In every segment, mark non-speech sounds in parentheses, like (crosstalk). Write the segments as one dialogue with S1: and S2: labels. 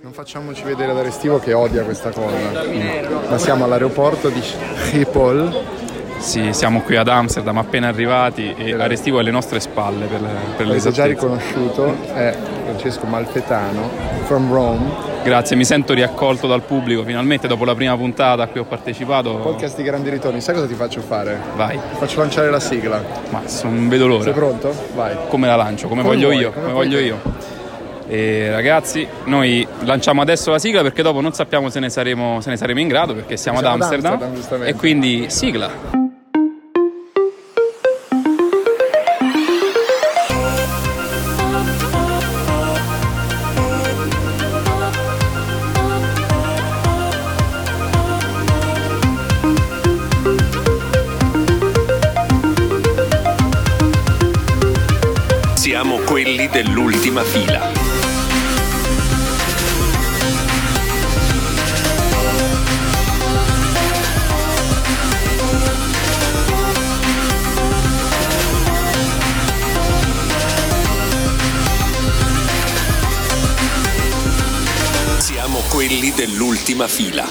S1: Non facciamoci vedere da Restivo che odia questa cosa. Ma siamo all'aeroporto di Schiphol.
S2: Sì, siamo qui ad Amsterdam appena arrivati e Arestivo è alle nostre spalle per, per
S1: L'avete già
S2: l'esattezza.
S1: riconosciuto, è Francesco Malfetano, from Rome.
S2: Grazie, mi sento riaccolto dal pubblico finalmente dopo la prima puntata a cui ho partecipato.
S1: Podcast di grandi ritorni. Sai cosa ti faccio fare?
S2: Vai,
S1: Ti faccio lanciare la sigla.
S2: ma so- non vedo
S1: Sei
S2: l'ora.
S1: pronto? Vai.
S2: Come la lancio, come,
S1: Come
S2: voglio
S1: vuoi,
S2: io,
S1: come
S2: come, voglio
S1: vuoi
S2: io. E ragazzi, noi lanciamo adesso la sigla perché dopo non sappiamo se ne saremo, se ne saremo in grado perché siamo,
S1: Siamo
S2: ad
S1: ad
S2: Amsterdam.
S1: Amsterdam, giustamente.
S2: e quindi sigla.
S3: Siamo quelli dell'ultima fila. Siamo quelli dell'ultima fila.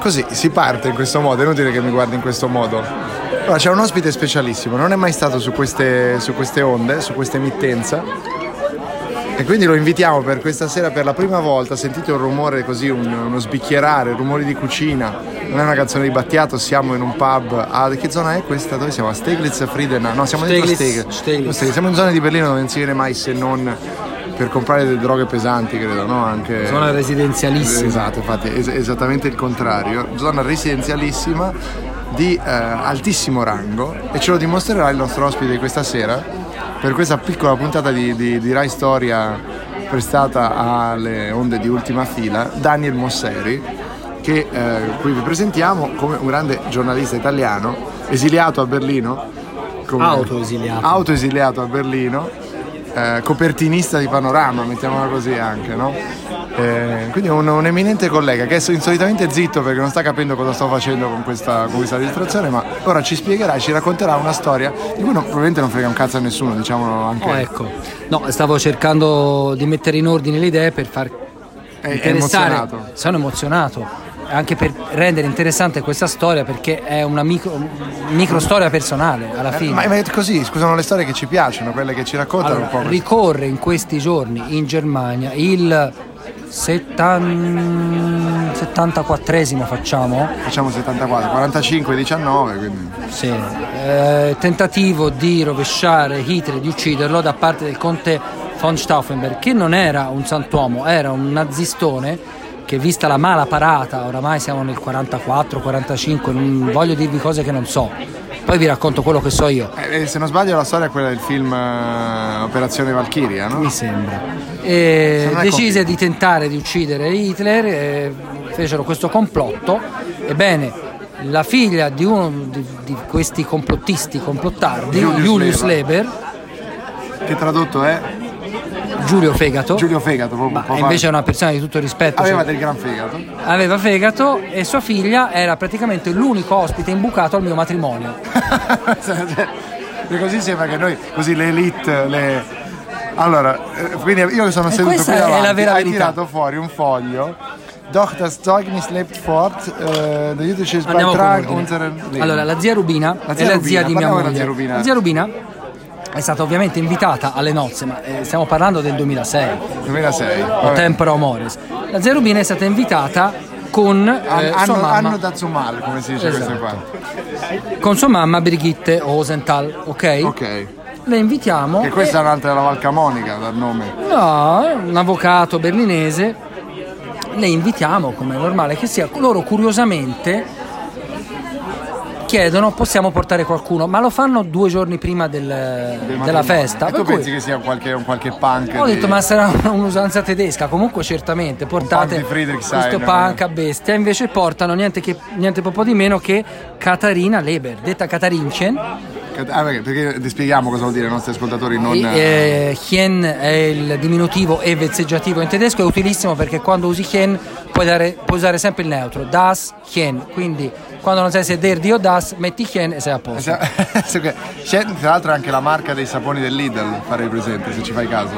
S1: Così si parte in questo modo, è inutile che mi guardi in questo modo. Allora, c'è un ospite specialissimo, non è mai stato su queste, su queste onde, su questa emittenza. E quindi lo invitiamo per questa sera per la prima volta. Sentite un rumore così, un- uno sbicchierare, rumori di cucina. Non è una canzone di Battiato, siamo in un pub. A che zona è questa? Dove siamo? A Steglitz, Friedenau? No, siamo dentro
S4: Steglitz,
S1: Steg-
S4: Steglitz.
S1: no, Siamo in zona di Berlino dove non si viene mai se non per comprare delle droghe pesanti, credo, no? Anche
S4: Zona residenzialissima.
S1: Esatto, infatti es- esattamente il contrario, zona residenzialissima di eh, altissimo rango e ce lo dimostrerà il nostro ospite questa sera per questa piccola puntata di, di- di Rai Storia prestata alle onde di ultima fila, Daniel Mosseri che eh, qui vi presentiamo come un grande giornalista italiano esiliato a Berlino. come-
S4: Autoesiliato.
S1: autoesiliato a Berlino, eh, copertinista di panorama, mettiamola così anche, no? Eh, quindi un, un eminente collega che è insolitamente zitto perché non sta capendo cosa sto facendo con questa, con questa registrazione, ma ora ci spiegherà, e ci racconterà una storia di cui non- probabilmente non frega un cazzo a nessuno, diciamolo anche.
S4: Oh, ecco. No, stavo cercando di mettere in ordine le idee per far
S1: È- è
S4: interessare.
S1: emozionato.
S4: Sono emozionato. Anche per rendere interessante questa storia perché è una micro, micro storia personale alla
S1: Eh,
S4: fine.
S1: ma, ma è così, scusano le storie che ci piacciono, quelle che ci raccontano un po'.
S4: Allora,
S1: questo.
S4: ricorre in questi giorni in Germania il 74esimo facciamo
S1: Facciamo 74, 45, 19, quindi.
S4: Sì, eh, tentativo di rovesciare Hitler, di ucciderlo da parte del conte von Stauffenberg, che non era un santuomo, era un nazistone che vista la mala parata, oramai siamo nel 44-45, non voglio dirvi cose che non so, poi vi racconto quello che so io.
S1: Eh, eh, se non sbaglio la storia è quella del film eh, Operazione Valchiria, no?
S4: mi sembra. E
S1: non è
S4: decise
S1: compito.
S4: di tentare di uccidere Hitler, e fecero questo complotto. Ebbene, la figlia di uno di, di questi complottisti, complottardi,
S1: Julius
S4: Julius,
S1: Leber.
S4: Leber,
S1: Che tradotto è
S4: Giulio Fegato,
S1: Giulio Fegato, proprio
S4: ma
S1: papà.
S4: invece è una persona di tutto rispetto.
S1: Aveva
S4: cioè-
S1: del gran fegato. (laughs)
S4: aveva fegato e sua figlia era praticamente l'unico ospite imbucato al mio matrimonio.
S1: Cioè, così sembra che noi, così le elite, le... Allora, eh, quindi io che sono seduto
S4: questa
S1: qui
S4: è
S1: davanti,
S4: la vera
S1: hai
S4: verità.
S1: tirato fuori un foglio. Doch das Zeugnis lebt fort, eh, der jüdische
S4: Andiamo
S1: Beitrag
S4: con ordine.
S1: unserer Leben.
S4: Allora, la zia Rubina
S1: La
S4: la
S1: zia
S4: è la
S1: Rubina,
S4: zia di mia
S1: parliamo della
S4: moglie.
S1: zia Rubina.
S4: La zia Rubina è stata ovviamente invitata alle nozze, ma eh, stiamo parlando del 2006,
S1: 2006.
S4: o
S1: vabbè.
S4: tempora o mores. La zia Rubina è stata invitata con, eh,
S1: An-
S4: sua
S1: anno,
S4: mamma,
S1: anno da Zumal, come si dice
S4: Esatto.
S1: questo qua.
S4: con sua mamma Brigitte Osenthal, ok?
S1: Ok.
S4: Le invitiamo.
S1: E questa è un'altra della Valcamonica dal nome.
S4: No, è un avvocato berlinese. Le invitiamo, come è normale che sia. Loro curiosamente chiedono possiamo portare qualcuno, ma lo fanno due giorni prima del- della
S1: matrimonio.
S4: festa.
S1: E tu
S4: per cui
S1: pensi che sia un qualche, un qualche punk?
S4: ho
S1: di-
S4: detto ma sarà una- un'usanza tedesca, comunque certamente portate
S1: punk di Friedrich
S4: questo
S1: Sainer,
S4: punk
S1: eh.
S4: a bestia, invece portano niente, che, niente po' di meno che Katarina Leber, detta Katarinchen,
S1: Cat- ah, perché, perché ti spieghiamo cosa vuol dire ai nostri ascoltatori non...
S4: E, eh, Hien è il diminutivo e vezzeggiativo in tedesco, è utilissimo perché quando usi Hien puoi, dare- puoi usare sempre il neutro, das Hien, quindi quando non sai se è der di o das metti Hien e sei a posto.
S1: Cioè, C'è tra l'altro anche la marca dei saponi del Lidl, farei presente se ci fai caso.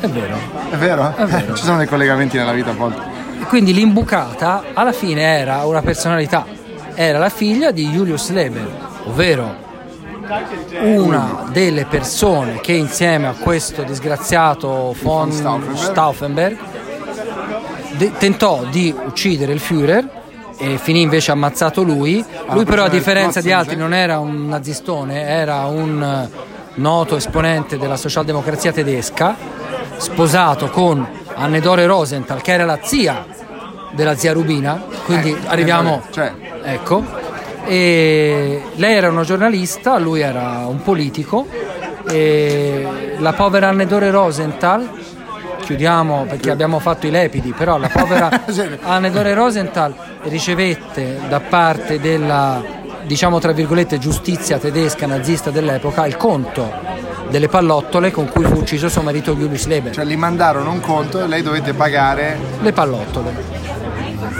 S4: È vero.
S1: È vero? (laughs)
S4: vero.
S1: ci sono dei collegamenti nella vita a volte.
S4: E quindi l'imbucata alla fine era una personalità, era la figlia di Julius Leber, ovvero una delle persone che insieme a questo disgraziato von
S1: Stauffenberg.
S4: Stauffenberg de- tentò di uccidere il Führer e finì invece ammazzato lui. Lui però
S1: persona
S4: a
S1: del
S4: differenza di
S1: Nazi,
S4: altri
S1: sì.
S4: non era un nazistone, era un eh, noto esponente della socialdemocrazia tedesca, sposato con Annedore Rosenthal che era la zia della zia Rubina, quindi
S1: Eh,
S4: arriviamo...
S1: eh, cioè.
S4: Ecco. E lei era una giornalista, lui era un politico. E la povera Annedore Rosenthal, chiudiamo perché abbiamo fatto i lepidi, però la povera
S1: (laughs) Sì.
S4: Annedore Rosenthal ricevette da parte della, diciamo tra virgolette, giustizia tedesca nazista dell'epoca il conto delle pallottole con cui fu ucciso suo marito Julius Leber.
S1: Cioè gli mandarono un conto e lei dovette pagare.
S4: Le pallottole.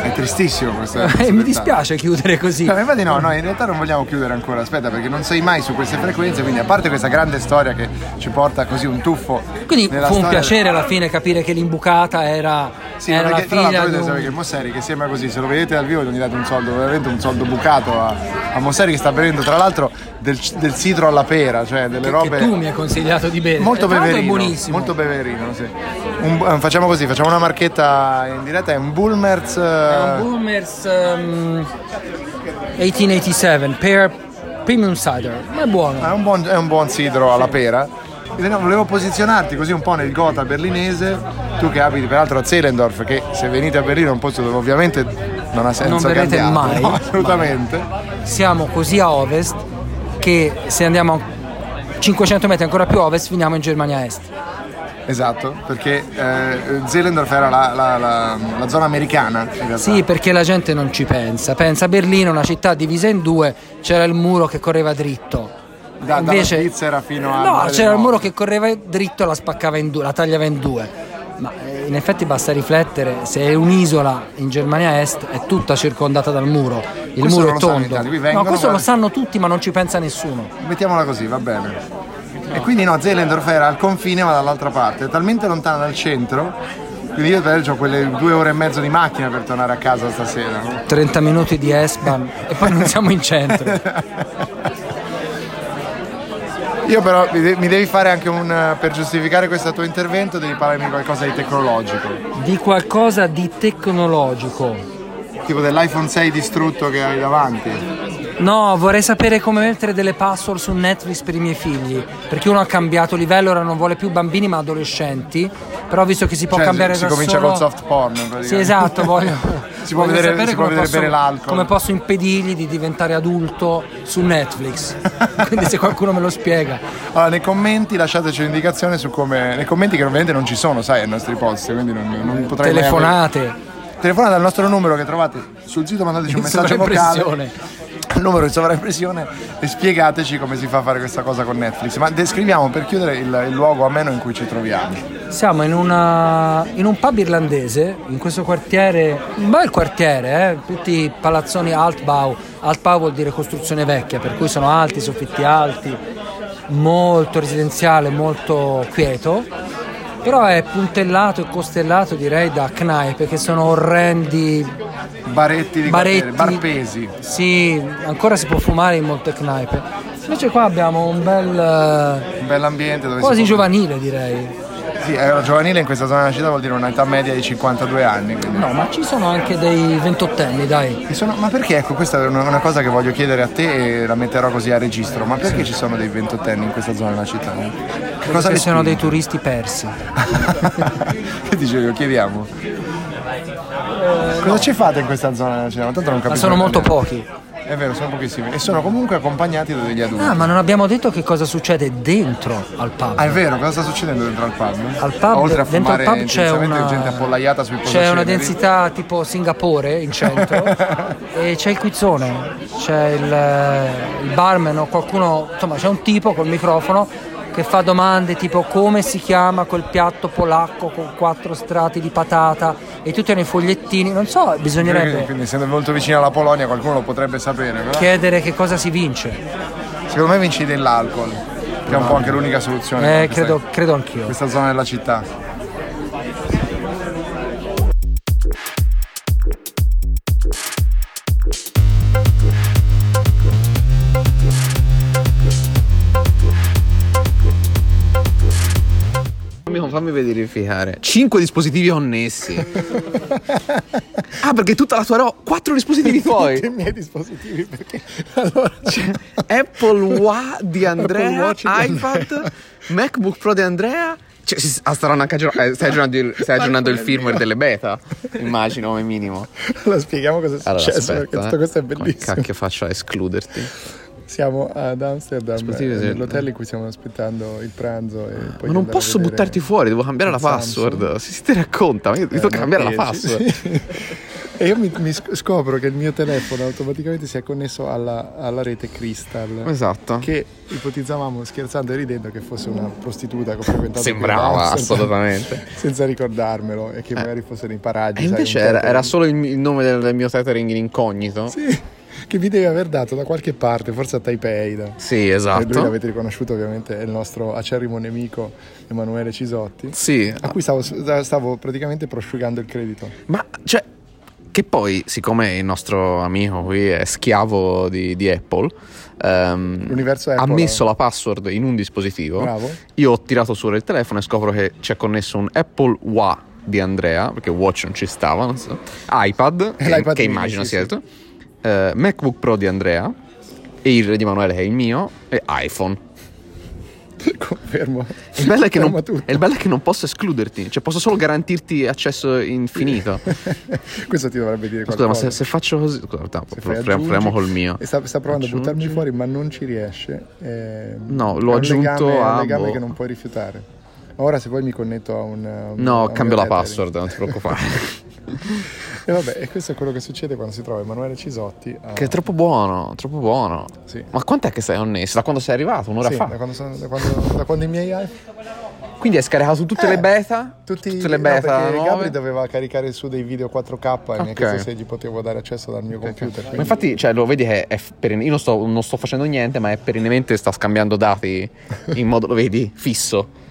S1: È tristissimo questo.
S4: (laughs) E
S1: questo
S4: Eh,
S1: dettaglio.
S4: mi dispiace chiudere così.
S1: No, infatti no, noi in realtà non vogliamo chiudere ancora, aspetta perché non sei mai su queste frequenze, quindi a parte questa grande storia che ci porta così un tuffo.
S4: Quindi
S1: nella
S4: fu un
S1: storia-
S4: piacere alla fine capire che l'imbucata era,
S1: Sì,
S4: era la
S1: perché tra l'altro
S4: figlia
S1: voi
S4: di
S1: dovete sapere
S4: un...
S1: che Mosseri che sembra così, se lo vedete dal vivo gli date un soldo, veramente un soldo bucato a, a Mosseri che sta bevendo tra l'altro del, del sidro alla pera, cioè delle
S4: che,
S1: robe...
S4: che tu mi hai consigliato di bere.
S1: Molto
S4: Eh, tra l'altro
S1: beverino,
S4: è buonissimo.
S1: molto beverino, sì. Un bu- eh, facciamo così, facciamo una marchetta in diretta, è un Bulmers... eh,
S4: È un Boomers ehm, 1887 per Premium Cider. Ma è buono.
S1: È un buon, è un buon sidro alla pera. Elena, Volevo posizionarti così un po' nel gotha berlinese, tu che abiti peraltro a Zehlendorf, che se venite a Berlino è un posto dove ovviamente non ha senso
S4: Non verrete
S1: cambiare,
S4: mai.
S1: no, assolutamente.
S4: Siamo così a ovest che se andiamo a 500 metri ancora più a ovest finiamo in Germania Est.
S1: Esatto, perché eh, Zehlendorf era la, la- la- la zona americana in realtà.
S4: Sì, perché la gente non ci pensa. Pensa a Berlino, una città divisa in due, c'era il muro che correva dritto.
S1: Da- dalla Svizzera fino al Mare
S4: No,
S1: del
S4: c'era il
S1: Nord.
S4: muro che correva dritto e la spaccava in due, la tagliava in due. Ma eh, in effetti basta riflettere, se è un'isola in Germania Est è tutta circondata dal muro. Il
S1: Questo non
S4: muro è
S1: lo sanno in
S4: tondo.
S1: Italia, qui
S4: no,
S1: vengono,
S4: questo lo
S1: guarda.
S4: sanno tutti, ma non ci pensa nessuno.
S1: Mettiamola così, va bene. E quindi no, Zehlendorf era al confine ma dall'altra parte, talmente lontana dal centro, quindi io per ho quelle due ore e mezzo di macchina per tornare a casa stasera. (laughs)
S4: 30 minuti di S-Bahn e poi non siamo in centro.
S1: Io però mi de- mi devi fare anche un eh, per giustificare questo tuo intervento devi parlarmi di qualcosa di tecnologico,
S4: (laughs) Di qualcosa di tecnologico.
S1: tipo dell'iPhone 6 distrutto che hai davanti.
S4: No, vorrei sapere come mettere delle password su Netflix per i miei figli. Perché uno ha cambiato livello, ora non vuole più bambini ma adolescenti. Però visto che si può
S1: Cioè,
S4: cambiare
S1: si
S4: da
S1: comincia
S4: solo-
S1: col soft porn, praticamente.
S4: Sì, esatto, voglio.
S1: (laughs) Si può
S4: voglio
S1: vedere-
S4: sapere
S1: si può
S4: come
S1: vedere
S4: posso-
S1: bere l'alcol.
S4: Come posso impedirgli di diventare adulto su
S1: (laughs)
S4: Netflix? Quindi se qualcuno me lo spiega.
S1: Allora, nei commenti lasciateci un'indicazione su come. Nei commenti che ovviamente non ci sono, sai, ai nostri post, quindi non, non potrei. mai
S4: Telefonate.
S1: avere- Telefonate al nostro numero che trovate sul sito,
S4: (laughs)
S1: mandateci un
S4: in
S1: messaggio vocale.
S4: sovraimpressione.
S1: Il numero di sovraimpressione e spiegateci come si fa a fare questa cosa con Netflix. Ma descriviamo per chiudere il, il luogo ameno in cui ci troviamo.
S4: Siamo in, una- in un pub irlandese, in questo quartiere, un bel quartiere, eh? tutti palazzoni Altbau. Altbau vuol dire costruzione vecchia, per cui sono alti, soffitti alti, molto residenziale, molto quieto. Però è puntellato e costellato direi da knaipe che sono orrendi
S1: Baretti di
S4: baretti.
S1: quartiere, barpesi.
S4: Sì, ancora si può fumare in molte knaipe. Invece qua abbiamo un bel eh,
S1: Un bell'ambiente dove
S4: quasi
S1: si può-
S4: giovanile direi.
S1: Sì, era giovanile in questa zona della città vuol dire un'età media di 52 anni. quindi-
S4: No, ma ci sono anche dei ventottenni, dai.
S1: E sono- ma perché, ecco, questa è una, una cosa che voglio chiedere a te e la metterò così a registro, ma perché ci sono dei ventottenni in questa zona della città? Che cosa
S4: che
S1: le
S4: siano dei
S1: spinge?
S4: turisti persi.
S1: (laughs) che dicevi, lo chiediamo.
S4: Eh,
S1: cosa ci fate in questa zona della città? Ma tanto non capisco.
S4: Ma sono molto
S1: niente.
S4: pochi.
S1: È vero, sono pochissimi. E sono comunque accompagnati da degli adulti.
S4: Ah, ma non abbiamo detto che cosa succede dentro al pub.
S1: Ah, è vero, cosa sta succedendo dentro al pub?
S4: Al pub,
S1: Oltre a
S4: dentro al
S1: fumare
S4: pub c'è
S1: intensamente
S4: una,
S1: gente appollaiata sui Certo.
S4: c'è una
S1: posaceneri.
S4: densità tipo Singapore in centro e c'è il quizzone, c'è il, eh, il barman o qualcuno, insomma c'è un tipo col microfono che fa domande tipo come si chiama quel piatto polacco con quattro strati di patata e tutti hanno i fogliettini, non so,
S1: (laughs) Quindi,
S4: bisognerebbe
S1: quindi essendo molto vicino alla Polonia qualcuno lo potrebbe sapere, però
S4: chiedere che cosa si vince.
S1: secondo me vinci dell'alcol, che è un po' anche l'unica soluzione. per
S4: Eh,
S1: questa-
S4: credo, credo anch'io.
S1: questa zona della città.
S5: Fammi, fammi vedere figare. Cinque
S1: (laughs)
S5: dispositivi connessi. ah, perché tutta la tua roba. Quattro
S1: (laughs)
S5: dispositivi tuoi.
S1: miei dispositivi perché allora
S5: Apple Wa di
S1: Apple
S5: Andrea,
S1: Watch di Andrea.
S5: iPad, MacBook Pro di Andrea. Cioè, si- ah, staranno anche aggior- eh, stai aggiornando il, stai aggiornando il firmware delle beta. Immagino, come minimo.
S1: Allora, spieghiamo cosa è
S5: Allora,
S1: successo
S5: aspetta,
S1: perché
S5: eh.
S1: Cioè, tutto questo è
S5: Come
S1: bellissimo.
S5: cacchio faccio a escluderti?
S1: Siamo ad Amsterdam,
S5: Dispositivi,
S1: eh,
S5: sì.
S1: nell'hotel in cui stiamo aspettando il pranzo. E poi
S5: Ma non posso buttarti fuori, devo cambiare la
S1: Samsung. Eh,
S5: password. Si, si ti racconta, ma io mi tocca cambiare la password.
S1: e io mi, mi sc- scopro che il mio telefono automaticamente si è connesso alla, alla rete Crystal.
S5: Esatto.
S1: Che ipotizzavamo scherzando e ridendo che fosse una prostituta che ho frequentato. qui ad
S5: Sembrava,
S1: Amsterdam,
S5: assolutamente. Eh.
S1: Senza ricordarmelo e che magari fosse nei paraggi. sai,
S5: E Eh, invece
S1: un
S5: era,
S1: tempo-
S5: era solo il, mi- il nome del, del mio tethering in incognito. Sì,
S1: Sì, che vi deve aver dato da qualche parte, forse a Taipei. Da. E lui
S5: esatto.
S1: l'avete riconosciuto ovviamente, è il nostro acerrimo nemico Emanuele Cisotti.
S5: Sì,
S1: A cui stavo, stavo praticamente prosciugando il credito. (laughs)
S5: ma cioè, che poi, siccome il nostro amico qui è schiavo di, di Apple, ehm,
S1: L'universo
S5: ha
S1: Apple,
S5: messo
S1: eh.
S5: la password in un dispositivo.
S1: Bravo.
S5: Io ho tirato su il telefono e scopro che c'è connesso un Apple WA di Andrea, perché Watch non ci stava, non so.
S1: (laughs)
S5: iPad, che,
S1: l'iPad
S5: che
S1: mini,
S5: immagino
S1: sì,
S5: sia
S1: sì.
S5: il tuo, eh, MacBook Pro di Andrea, e il re di Emanuele che è il mio, e iPhone.
S1: Confermo.
S5: Il bello, è che non,
S1: Confermo tutto.
S5: e il bello è che non posso escluderti, cioè posso solo garantirti accesso infinito.
S1: Questo ti dovrebbe dire
S5: Scusa,
S1: qualcosa.
S5: ma se, se faccio così. Scusa, no,
S1: Se fai
S5: pro- proviamo- proviamo
S1: aggiungi-
S5: col mio.
S1: e Sta, sta provando
S5: Aggiungi.
S1: a buttarmi fuori, ma non ci riesce. Eh,
S5: No, l'ho
S1: è un
S5: aggiunto
S1: legame, È
S5: a-
S1: un legame
S5: boh.
S1: che non puoi rifiutare. Ma Ora, se vuoi, mi connetto a un. a un- a
S5: No,
S1: un
S5: cambio la
S1: mio
S5: password, non
S1: tethering. (laughs)
S5: ti preoccupare.
S1: E vabbè, e questo è quello che succede quando si trova Emanuele Cisotti. A...
S5: che è troppo buono, troppo buono.
S1: Sì.
S5: Ma quant'è che sei onnesso? Da quando sei arrivato? Un'ora
S1: Sì,
S5: fa.
S1: da quando, sono- da quando- da quando i miei iPhone.
S5: Quindi hai scaricato tutte
S1: Eh,
S5: le beta?
S1: Tutti,
S5: tutte le
S1: no,
S5: beta.
S1: perché
S5: nuove?
S1: Gabri doveva caricare su dei video 4K e mi ha
S5: Ok.
S1: chiesto se gli potevo dare accesso dal mio computer.
S5: Ma
S1: quindi-
S5: infatti, cioè, lo vedi che è perenne- io non sto, non sto facendo niente, ma è perennemente sta scambiando dati in modo, lo vedi, fisso.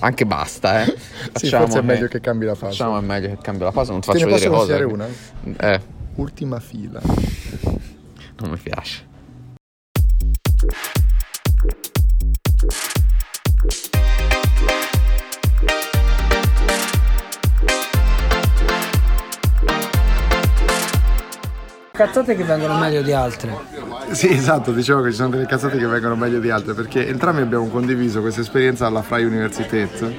S5: Anche basta, eh.
S1: Sì,
S5: Facciamo
S1: forse è
S5: che-
S1: meglio che cambi la fase.
S5: Facciamo è meglio che cambio la fase, non ti
S1: Te ne
S5: faccio
S1: posso
S5: vedere cosa.
S1: consigliare una?
S5: Eh,
S1: Ultima fila.
S5: non mi piace.
S4: Cazzate che vengono meglio di altre.
S1: Sì, esatto, dicevo che ci sono delle cazzate che vengono meglio di altre, perché entrambi abbiamo condiviso questa esperienza alla Fry Universität.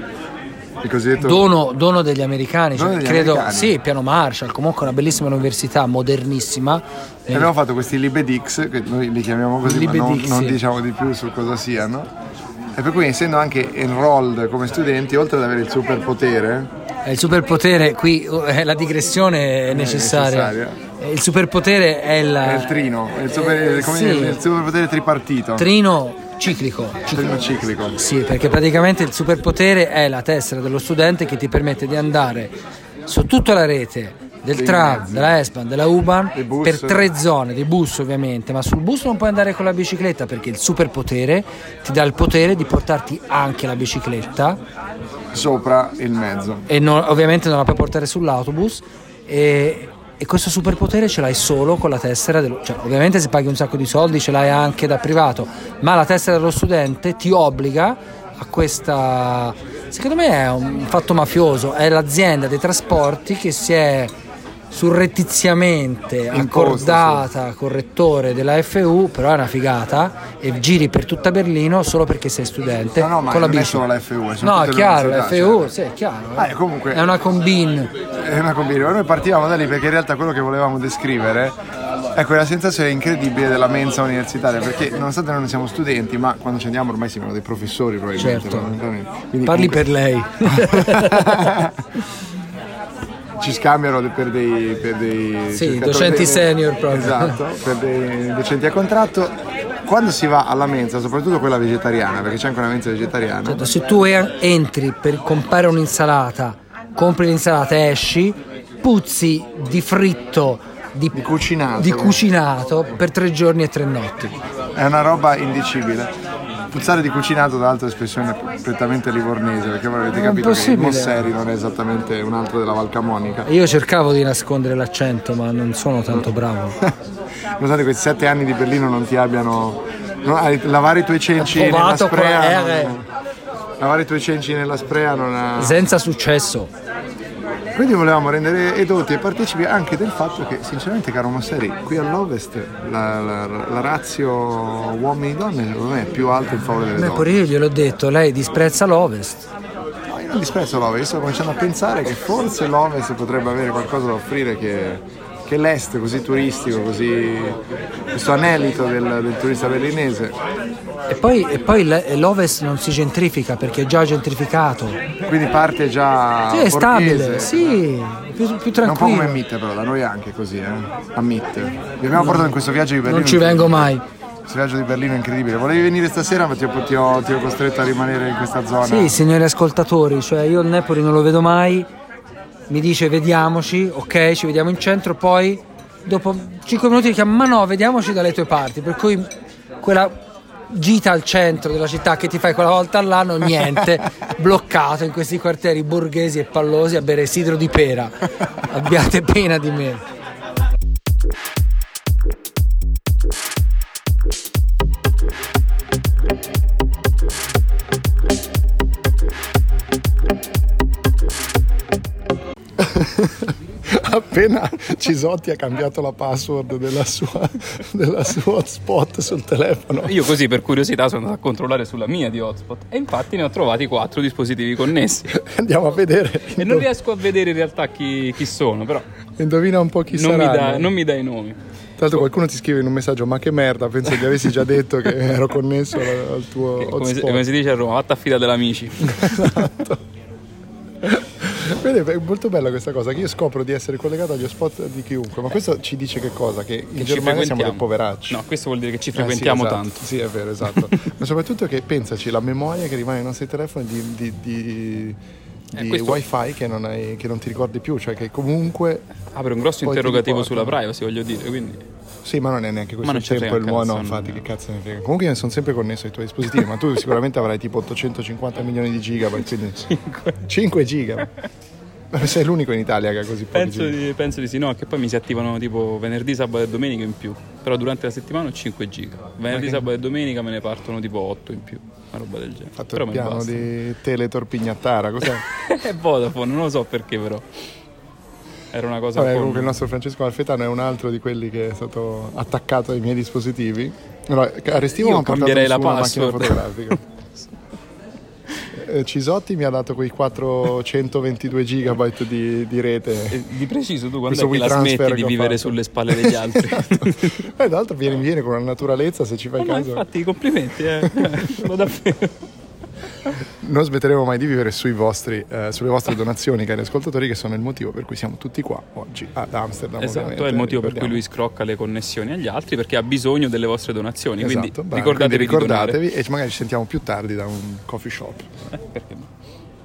S1: Il cosiddetto
S4: Dono, dono degli americani,
S1: Dono
S4: cioè,
S1: degli
S4: credo,
S1: americani.
S4: sì, piano Marshall, comunque una bellissima università, modernissima. Eh,
S1: E abbiamo fatto questi Libedix, che noi li chiamiamo così, ma non,
S4: Libedix,
S1: non
S4: sì.
S1: diciamo di più su cosa siano. E per cui essendo anche enrolled come studenti, oltre ad avere il superpotere,
S4: Eh, Il superpotere, qui eh, la digressione è necessaria.
S1: necessaria.
S4: Eh, Il superpotere è il,
S1: Eh, è il trino, è il, super-
S4: eh,
S1: come
S4: sì,
S1: dire, il superpotere tripartito,
S4: trino ciclico.
S1: trino ciclico.
S4: Sì, perché praticamente il superpotere è la tessera dello studente che ti permette di andare su tutta la rete del
S1: Dei
S4: tram,
S1: mezzi.
S4: della S-Bahn, della U-Bahn
S1: Dei bus.
S4: per tre zone, di bus ovviamente, ma sul bus non puoi andare con la bicicletta perché il superpotere ti dà il potere di portarti anche la bicicletta
S1: sopra il mezzo.
S4: e non- ovviamente non la puoi portare sull'autobus e, e questo superpotere ce l'hai solo con la tessera dello, cioè ovviamente se paghi un sacco di soldi ce l'hai anche da privato ma la tessera dello studente ti obbliga a questa secondo me è un fatto mafioso è l'azienda dei trasporti che si è surrettiziamente
S1: Imposta,
S4: accordata col rettore della FU però è una figata e giri per tutta Berlino solo perché sei studente
S1: No, no, ma
S4: con la
S1: non è
S4: bici
S1: solo la FU, sono
S4: no
S1: tutte
S4: è
S1: le
S4: chiaro la
S1: università,
S4: FU
S1: cioè.
S4: sì, è chiaro eh.
S1: Ah, e comunque-
S4: è una combin
S1: Eh, È una combina. Ma Noi partivamo da lì perché in realtà quello che volevamo descrivere ecco, È quella sensazione incredibile della mensa universitaria, perché nonostante noi non siamo studenti, ma quando ci andiamo ormai sembrano dei professori probabilmente.
S4: Certo.
S1: fondamentalmente. Quindi
S4: Parli
S1: comunque
S4: per
S1: (laughs)
S4: lei.
S1: ci scambiano de- per dei, per dei
S4: Sì,
S1: cercatori-
S4: docenti
S1: dei-
S4: senior proprio.
S1: Esatto, per dei docenti a contratto. Quando si va alla mensa, soprattutto quella vegetariana, perché c'è anche una mensa vegetariana,
S4: Certo, se tu e- entri per comprare un'insalata, compri l'insalata e esci, puzzi di fritto, di,
S1: Di cucinato.
S4: di cucinato per tre giorni e tre notti.
S1: è una roba indicibile. Puzzare di cucinato, tra l'altro, è espressione prettamente livornese, perché voi avete
S4: È
S1: capito che il
S4: impossibile.
S1: Mosseri non è esattamente un altro della Valcamonica.
S4: Io cercavo di nascondere l'accento, ma non sono
S1: (laughs)
S4: tanto bravo.
S1: Nonostante questi sette anni di Berlino non ti abbiano. no, a- lavare i tuoi cenci
S4: Ho
S1: nella
S4: provato
S1: sprea.
S4: con R.
S1: non- Lavare i tuoi cenci nella sprea non ha.
S4: Senza successo.
S1: Quindi volevamo rendere edoti e partecipi anche del fatto che, sinceramente, caro Mosseri, qui all'Ovest la, la- la razio uomini-donne secondo me è più alta in favore delle
S4: Beh, pure
S1: donne.
S4: io gliel'ho detto, lei disprezza l'Ovest.
S1: No, io non disprezzo l'Ovest, io sto cominciando a pensare che forse l'Ovest potrebbe avere qualcosa da offrire che, che l'Est, così turistico, così questo anelito del, del turista berlinese.
S4: E poi, e poi l- l'Ovest non si gentrifica perché è già gentrificato. Sì,
S1: Quindi parte già
S4: è stabile,
S1: borghese.
S4: sì, più, più
S1: È un po'
S4: tranquillo.
S1: come Mitte però, da noi anche così, eh. A Mitte. Vi abbiamo portato in questo viaggio di Berlino.
S4: Non ci vengo mai.
S1: Questo viaggio di Berlino è incredibile. Volevi venire stasera, ma ti ho, ti ho- ti ho costretto a rimanere in questa zona.
S4: Sì, signori ascoltatori, cioè io il Napoli non lo vedo mai, mi dice vediamoci, ok, ci vediamo in centro, poi dopo 5 minuti dice ma no, vediamoci dalle tue parti, per cui quella gita al centro della città che ti fai quella volta all'anno, (laughs) niente, bloccato in questi quartieri borghesi e pallosi a bere sidro di (laughs) pera, abbiate pena di me.
S6: appena Cisotti ha cambiato la password della sua, della sua hotspot sul telefono.
S2: Io così per curiosità sono andato a controllare sulla mia di hotspot e infatti ne ho trovati quattro dispositivi connessi
S6: Andiamo a vedere.
S2: e non riesco a vedere in realtà chi, chi sono, però
S6: Indovina un po' chi
S2: non mi,
S6: saranno.
S2: dà, non mi dà i nomi.
S6: Tra l'altro qualcuno ti scrive in un messaggio ma che merda, penso che avessi già detto che ero connesso al, al tuo
S2: Come si,
S6: hotspot.
S2: come si dice a Roma, fatta a fila dell'amici.
S6: Vedi, è molto bella questa cosa, che io scopro di essere collegato agli hotspot di chiunque, ma questo ci dice che cosa? Che in
S2: Che ci
S6: Germania siamo
S2: frequentiamo.
S6: dei poveracci.
S2: No, questo vuol dire che ci
S6: Eh, sì,
S2: frequentiamo
S6: esatto.
S2: tanto.
S6: Sì, è vero, esatto. Ma soprattutto che pensaci, la memoria che rimane nei nostri telefoni di, di, di,
S2: Eh,
S6: di
S2: questo-
S6: wifi che non, hai- che non ti ricordi più, cioè che comunque...
S2: Apre Ah, un grosso
S6: Poi ti
S2: interrogativo
S6: riporto.
S2: sulla privacy, voglio dire, quindi...
S6: Sì, ma non è neanche questo
S2: non
S6: il
S2: ci
S6: tempo,
S2: frega
S6: il
S2: un
S6: modo, no,
S2: cazzo,
S6: infatti,
S2: no.
S6: che cazzo ne frega. Comunque io sono sempre connesso ai tuoi dispositivi,
S2: (laughs)
S6: ma tu sicuramente avrai tipo 850 milioni di gigabyte, quindi 5 giga. Ma Sei l'unico in Italia che ha così pochi
S2: Penso
S6: giga.
S2: di, penso di sì, no, che poi mi si attivano tipo venerdì, sabato e domenica in più. Però durante la settimana ho 5 giga. Venerdì, sabato e domenica me ne partono tipo 8 in più, una roba del genere.
S6: Fatto
S2: però
S6: il
S2: mi
S6: piano
S2: basta.
S6: di Teletorpignattara, cos'è?
S2: (laughs) E Vodafone, non lo so perché però. Era una cosa
S6: Vabbè,
S2: con-
S6: comunque il nostro Francesco Alfetano è un altro di quelli che è stato attaccato ai miei dispositivi. Allora, Restivo
S2: Io
S6: mi ha portato
S2: cambierei
S6: su
S2: la
S6: una macchina
S2: password.
S6: fotografica.
S2: (laughs)
S6: Eh, Cisotti mi ha dato quei 422 gigabyte di, di rete.
S2: (laughs) Eh, Di preciso tu quando
S6: Questo
S2: è che la
S6: WeTransfer
S2: smetti
S6: che
S2: di
S6: ho
S2: vivere
S6: fatto.
S2: sulle spalle degli
S6: (laughs)
S2: altri?
S6: Beh, Eh, tra l'altro viene, viene con una naturalezza, se ci fai
S2: Eh no,
S6: caso.
S2: infatti, complimenti,
S6: (laughs)
S2: eh. Lo davvero.
S6: Non smetteremo mai di vivere sui vostri, eh, sulle vostre donazioni, cari ascoltatori, che sono il motivo per cui siamo tutti qua oggi ad Amsterdam.
S2: Esatto,
S6: ovviamente,
S2: è il motivo per cui
S6: ricordiamo.
S2: lui scrocca le connessioni agli altri perché ha bisogno delle vostre donazioni. Quindi
S6: Esatto, bravo.
S2: ricordatevi, di
S6: Quindi ricordatevi e magari ci sentiamo più tardi da un coffee shop.
S2: donare. Perché no?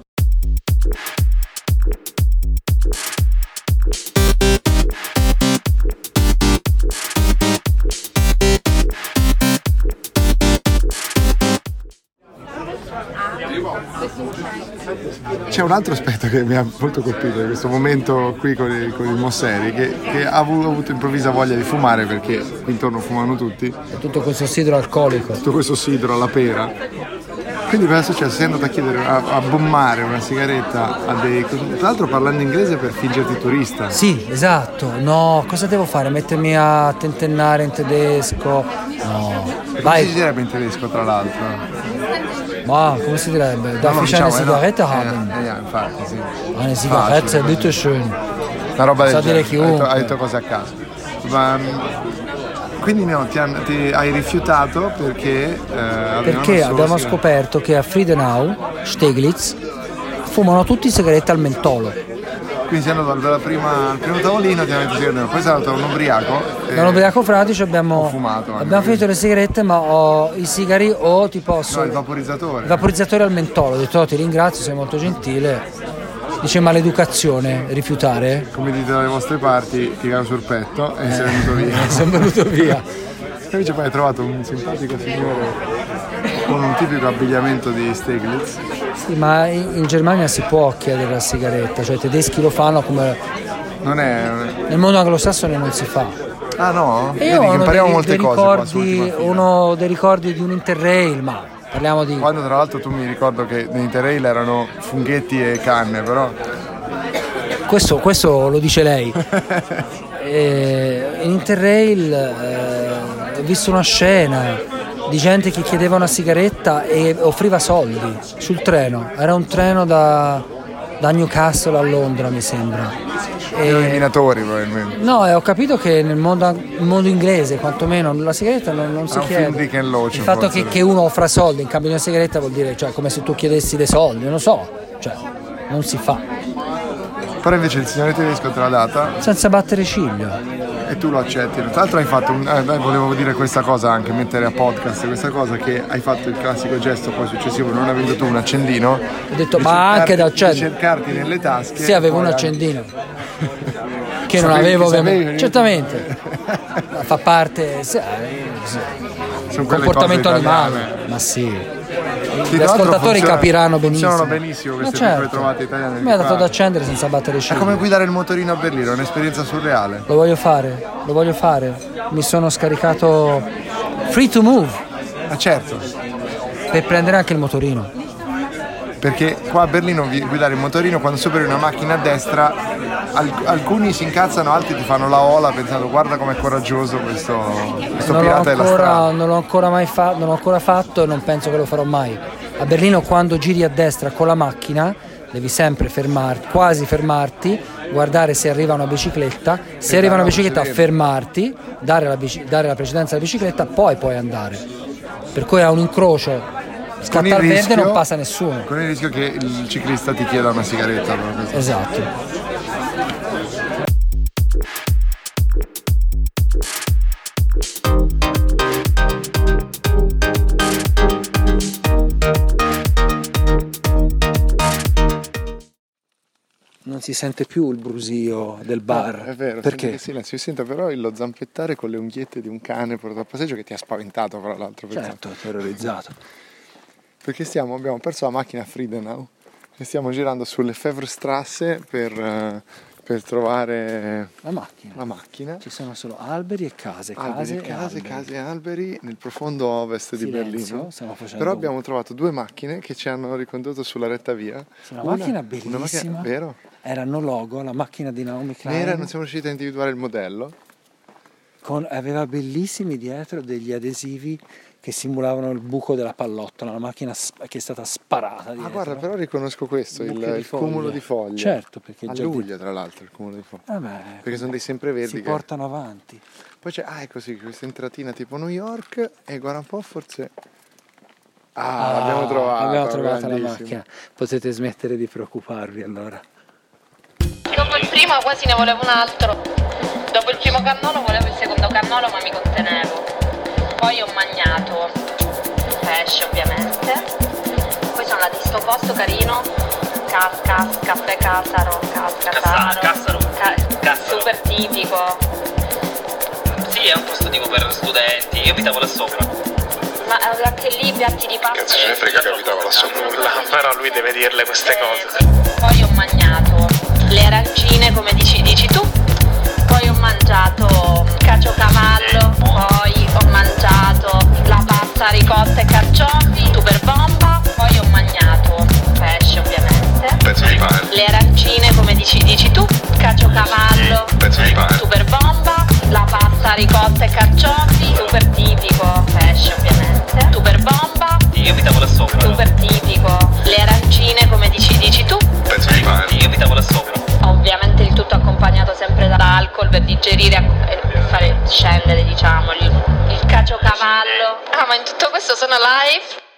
S1: C'è un altro aspetto che mi ha molto colpito di questo momento qui con il, con il Mosseri, che, che ha avu- avuto improvvisa voglia di fumare perché qui intorno fumano tutti,
S4: Tutto questo sidro alcolico.
S1: tutto questo sidro alla pera. Quindi cosa è successo? Sei andato a chiedere a, a bommare una sigaretta a dei... Tra l'altro parlando inglese per fingerti turista.
S4: Sì, esatto. No, cosa devo fare? Mettermi a tentennare in tedesco? No.
S1: Come si
S4: Vai,
S1: direbbe in tedesco tra l'altro?
S4: ma come si direbbe? Da
S1: No, no,
S4: fischer eine
S1: diciamo, eh,
S4: Zigarette
S1: no.
S4: haben. Ah,
S1: Eh, eh, infatti, sì.
S4: Eine Zigarette,
S1: Facile.
S4: bitteschön.
S1: Una roba del
S4: Sa
S1: genere. Hai
S4: dire
S1: detto-
S4: chiunque.
S1: Hai detto cose a caso. Ma, mm, quindi no, ti, han- ti hai rifiutato perché... eh, avevano
S4: Perché
S1: solo
S4: abbiamo
S1: sigarette.
S4: scoperto che a Friedenau, Steglitz, fumano tutti sigarette al mentolo.
S1: Eh. Quindi siamo andato dalla prima- al primo tavolino, ti hanno detto sigarette. Poi sei andato a un ubriaco. e-
S4: Da un ubriaco fratici abbiamo,
S1: Ho fumato anche,
S4: abbiamo
S1: quindi.
S4: finito le sigarette, ma ho i sigari o ti posso.
S1: No, il vaporizzatore.
S4: il vaporizzatore al mentolo. Ho detto "Oh, ti ringrazio, sei molto gentile. Dice maleducazione rifiutare.
S1: Come dite dalle vostre parti, ti cavo sul petto e
S4: Eh.
S1: sei venuto via.
S4: Sono venuto via.
S1: Invece poi hai trovato un simpatico signore con un tipico abbigliamento di Steglitz.
S4: Sì, ma in in Germania si può chiedere la sigaretta, cioè i tedeschi lo fanno come.
S1: Non è...
S4: Nel mondo anglosassone non si fa.
S1: Ah no?
S4: E
S1: Vedi che
S4: ho uno
S1: impariamo
S4: dei-
S1: molte
S4: dei
S1: cose qua su
S4: ricordi-
S1: Ultima Fila.
S4: uno dei ricordi di un interrail, ma parliamo di.
S1: Quando tra l'altro tu mi ricordo che nei Interrail erano funghetti e canne, però
S4: Questo, questo lo dice (laughs) lei. Eh, in Interrail eh, ho visto una scena di gente che chiedeva una sigaretta e offriva soldi sul treno. Era un treno da, da Newcastle a Londra, mi sembra.
S1: erano i
S4: E-
S1: minatori probabilmente.
S4: no, e ho capito che nel mondo, nel mondo inglese, quantomeno, la sigaretta non, non si
S1: Era un
S4: chiede.
S1: film di Ken Loach,
S4: Il fatto
S1: forse.
S4: che, che uno offra soldi in cambio di una sigaretta vuol dire cioè, come se tu chiedessi dei soldi, non lo so, cioè, non si fa.
S1: Però invece il signore tedesco te l'ha data
S4: Senza battere ciglia.
S1: e tu lo accetti. Tra l'altro hai fatto un. eh, dai, volevo dire questa cosa anche, mettere a podcast questa cosa, che hai fatto il classico gesto poi successivo, non avendo tu un accendino. Ho
S4: detto, Certo, "Ma anche da accendere."
S1: cercarti nelle tasche.
S4: Sì, avevo
S1: poi
S4: un
S1: anche- (laughs)
S4: accendino. Che non
S1: Sapevi-
S4: avevo
S1: sapevi-
S4: ovviamente. Certamente. Ma Fa parte. sì, sì,
S1: Sono quelle
S4: comportamento
S1: cose
S4: animale.
S1: italiane.
S4: Ma sì.
S1: Sì,
S4: Gli
S1: tra l'altro
S4: ascoltatori
S1: funziona-
S4: capiranno benissimo.
S1: Funzionano benissimo queste
S4: Ma certo.
S1: piccole trovate italiane.
S4: Mi ha dato da
S1: da
S4: accendere senza battere
S1: È
S4: scimmie.
S1: come guidare il motorino a Berlino, è un'esperienza surreale.
S4: Lo voglio fare, lo voglio fare. Mi sono scaricato Free to Move
S1: Ma certo,
S4: per prendere anche il motorino.
S1: perché qua a Berlino vi- guidare il motorino quando superi una macchina a destra al- alcuni si incazzano, altri ti fanno la ola pensando guarda com'è coraggioso questo, questo
S4: Non l'ho,
S1: pirata della strada.
S4: ancora, non l'ho ancora mai fa- non l'ho ancora fatto e non penso che lo farò mai. A Berlino quando giri a destra con la macchina devi sempre fermarti, quasi fermarti, guardare se arriva una bicicletta, se arriva una
S1: darla a un
S4: bicicletta
S1: sedere.
S4: fermarti, dare la, bici- dare la precedenza alla bicicletta, poi puoi andare. Per cui a un incrocio
S1: Con il
S4: scatta al verde
S1: rischio-
S4: non passa nessuno.
S1: Con il rischio che il ciclista ti chieda una sigaretta. proprio così.
S4: Esatto. Non si sente più il brusio del bar.
S6: È vero,
S4: Perché?
S6: senti che silenzio, si sente però lo zampettare con le unghiette di un cane portato a passeggio che ti ha spaventato fra l'altro. pensavo.
S4: Certo, terrorizzato. Certo.
S6: Perché stiamo, abbiamo perso la macchina a Friedenau e stiamo girando sulle Feverstrasse per, eh, per trovare
S4: La macchina.
S6: la macchina.
S4: Ci sono solo alberi e case,
S6: Alberi,
S4: case, e
S6: case,
S4: alberi.
S6: case e alberi nel profondo ovest
S4: Silenzio,
S6: di Berlino.
S4: stiamo facendo
S6: Però
S4: un-
S6: abbiamo trovato due macchine che ci hanno ricondotto sulla retta via.
S4: Sì, Una, macchina bellissima.
S6: vero?
S4: Era no logo, la macchina di Naomi Klein.
S6: Nera, non siamo riusciti a individuare il modello.
S4: con- aveva bellissimi dietro degli adesivi che simulavano il buco della pallottola, una macchina sp- che è stata sparata.
S6: Ah,
S4: dietro.
S6: guarda, però riconosco questo, il,
S4: Buche Eh, di
S6: il cumulo
S4: foglie.
S6: di foglie.
S4: Certo, perché
S6: A
S4: già di-
S6: luglio, tra l'altro, il cumulo di foglie.
S4: Eh beh,
S6: Perché sono dei sempreverdi
S4: si
S6: che-
S4: portano avanti.
S6: Poi c'è, ah, ecco sì, questa entratina tipo New York e guarda un po', forse... Ah, l'abbiamo trovata.
S4: Abbiamo trovato la
S6: grandissimo.
S4: macchina. Potete smettere di preoccuparvi allora.
S7: Dopo il primo quasi ne volevo un altro. Dopo il primo cannolo volevo il secondo cannolo ma mi contenevo. Poi ho mangiato pesce ovviamente. Poi sono andata in sto posto carino. Cas, cas, caffè Casaro, cas, Casaro.
S8: Cassaro. Cassaro.
S7: super tipico.
S8: Sì, è un posto tipo per studenti. Io abitavo là sopra.
S7: Ma eh, anche lì i piatti di pasta.
S9: Cazzo ce ne frega che abitava là sopra nulla.
S8: Però lui deve dirle queste
S7: Eh, sì. Poi ho mangiato le arancine come dici, dici tu. Poi ho mangiato caciocavallo, poi ho mangiato la pasta ricotta e carciofi, super bomba, poi ho mangiato pesce ovviamente,
S9: Pezzo di pane,
S7: le arancine come dici, dici tu, caciocavallo,
S9: pezzo di pane,
S7: super bomba, la pasta ricotta e carciofi, super tipico, pesce ovviamente, super bomba,
S8: Io abitavo là sopra.
S7: super tipico, le arancine come dici, dici tu,
S9: pezzo di pane,
S8: Io abitavo là sopra.
S7: Ovviamente difendere, diciamo, il, il caciocavallo. Ah, ma in tutto questo sono live?